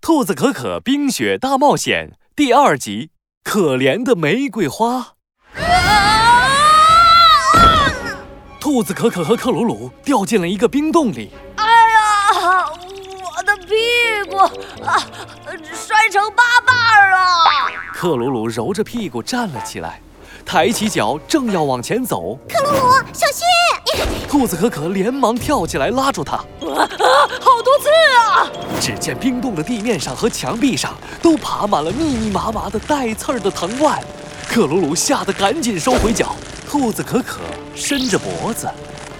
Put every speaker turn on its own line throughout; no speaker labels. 兔子可可冰雪大冒险》第二集《可怜的玫瑰花》。
啊
兔子可可和克鲁鲁掉进了一个冰洞里，
哎呀，我的屁股啊，摔成八瓣了！
克鲁鲁揉着屁股站了起来，抬起脚正要往前走，
小心！
兔子可可连忙跳起来拉住他。
好多刺啊！
只见冰冻的地面上和墙壁上都爬满了密密麻麻的带刺儿的藤蔓，克鲁鲁吓得赶紧收回脚。兔子可可伸着脖子，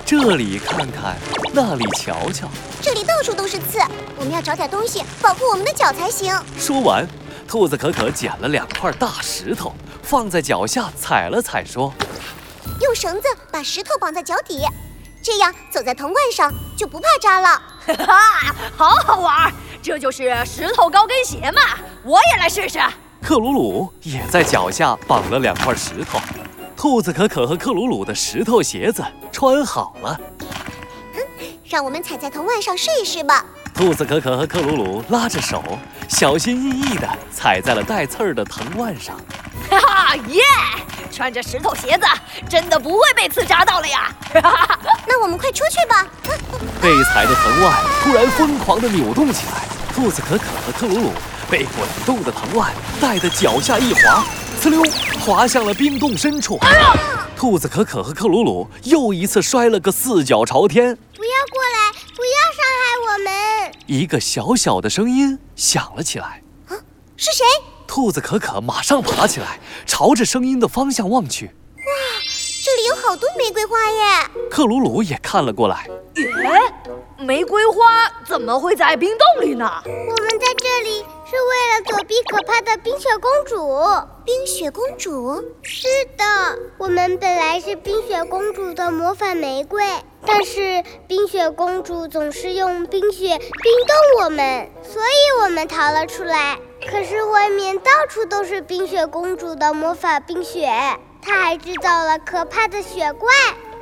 这里看看，那里瞧瞧。
这里到处都是刺，我们要找点东西保护我们的脚才行。
说完，兔子可可捡了两块大石头，放在脚下踩了踩，说
用绳子把石头绑在脚底，这样走在藤蔓上就不怕扎了。
哈，好好玩儿，这就是石头高跟鞋嘛！我也来试试。：“
克鲁鲁也在脚下绑了两块石头。”兔子可可和克鲁鲁的石头鞋子穿好了。
让我们踩在藤蔓上试一试吧。
兔子可可和克鲁鲁拉着手，小心翼翼地踩在了带刺儿的藤蔓上。
哈哈，耶！穿着石头鞋子，真的不会被刺扎到了呀！ 哈哈哈，
那我们快出去吧。啊
被踩的藤蔓突然疯狂地扭动起来，兔子可可和克鲁鲁被滚动的藤蔓带得脚下一滑，呲溜滑向了冰洞深处。兔子可可和克鲁鲁又一次摔了个四脚朝天。
不要过来！不要伤害我们！
一个小小的声音响了起来，
是谁？
兔子可可马上爬起来，朝着声音的方向望去。
这里有好多玫瑰花耶！
克鲁鲁也看了过来，
玫瑰花怎么会在冰洞里呢？
我们在这里是为了躲避可怕的冰雪公主。冰雪公主？是的，我们本来是冰雪公主的魔法玫瑰，但是冰雪公主总是用冰雪冰冻我们，所以我们逃了出来。可是外面到处都是冰雪公主的魔法冰雪，她还制造了可怕的雪怪，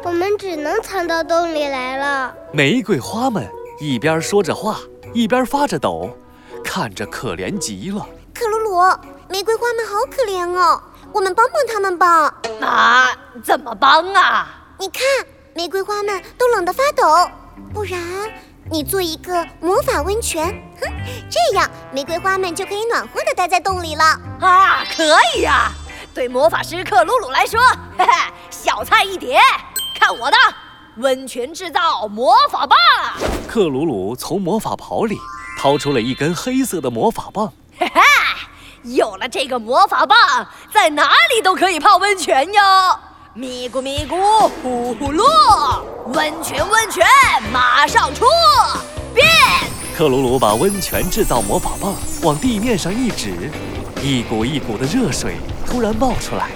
我们只能藏到洞里来了。
玫瑰花们一边说着话，一边发着抖，看着可怜极了。
克鲁鲁，玫瑰花们好可怜哦，我们帮帮他们吧。
啊，怎么帮啊？
你看，玫瑰花们都冷得发抖，不然你做一个魔法温泉，哼，这样玫瑰花们就可以暖和的待在洞里了。
啊，可以呀、对魔法师克鲁鲁来说，嘿嘿，小菜一碟。看我的温泉制造魔法棒！
克鲁鲁从魔法袍里掏出了一根黑色的魔法棒，
嘿嘿，有了这个魔法棒，在哪里都可以泡温泉哟！咪咕咪咕，呼呼噜，温泉温泉马上出，变！
克鲁鲁把温泉制造魔法棒往地面上一指，一股一股的热水突然冒出来，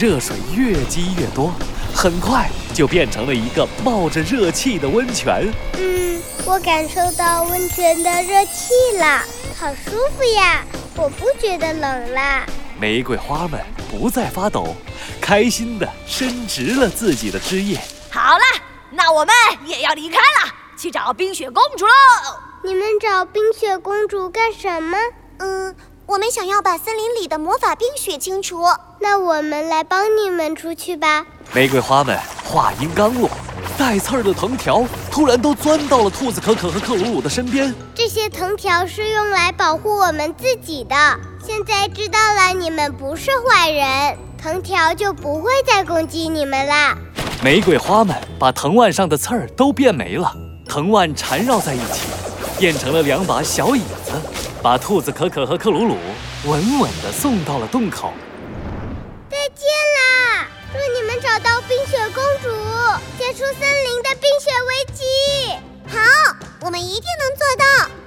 热水越积越多，很快就变成了一个冒着热气的温泉。
嗯，我感受到温泉的热气了，好舒服呀！我不觉得冷啦。
玫瑰花们不再发抖，开心地伸直了自己的枝叶。
好了，那我们也要离开了，去找冰雪公主喽！
你们找冰雪公主干什么？嗯，我们想要把森林里的魔法冰雪清除。那我们来帮你们出去吧。
玫瑰花们话音刚落，带刺儿的藤条突然都钻到了兔子可可和克鲁鲁的身边。
这些藤条是用来保护我们自己的。现在知道了，你们不是坏人，藤条就不会再攻击你们啦。
玫瑰花们把藤蔓上的刺儿都变没了，藤蔓缠绕在一起，变成了两把小椅子，把兔子可可和克鲁鲁稳稳地送到了洞口。
再见啦！祝你们找到冰雪公主，解除森林的冰雪危机。好，我们一定能做到。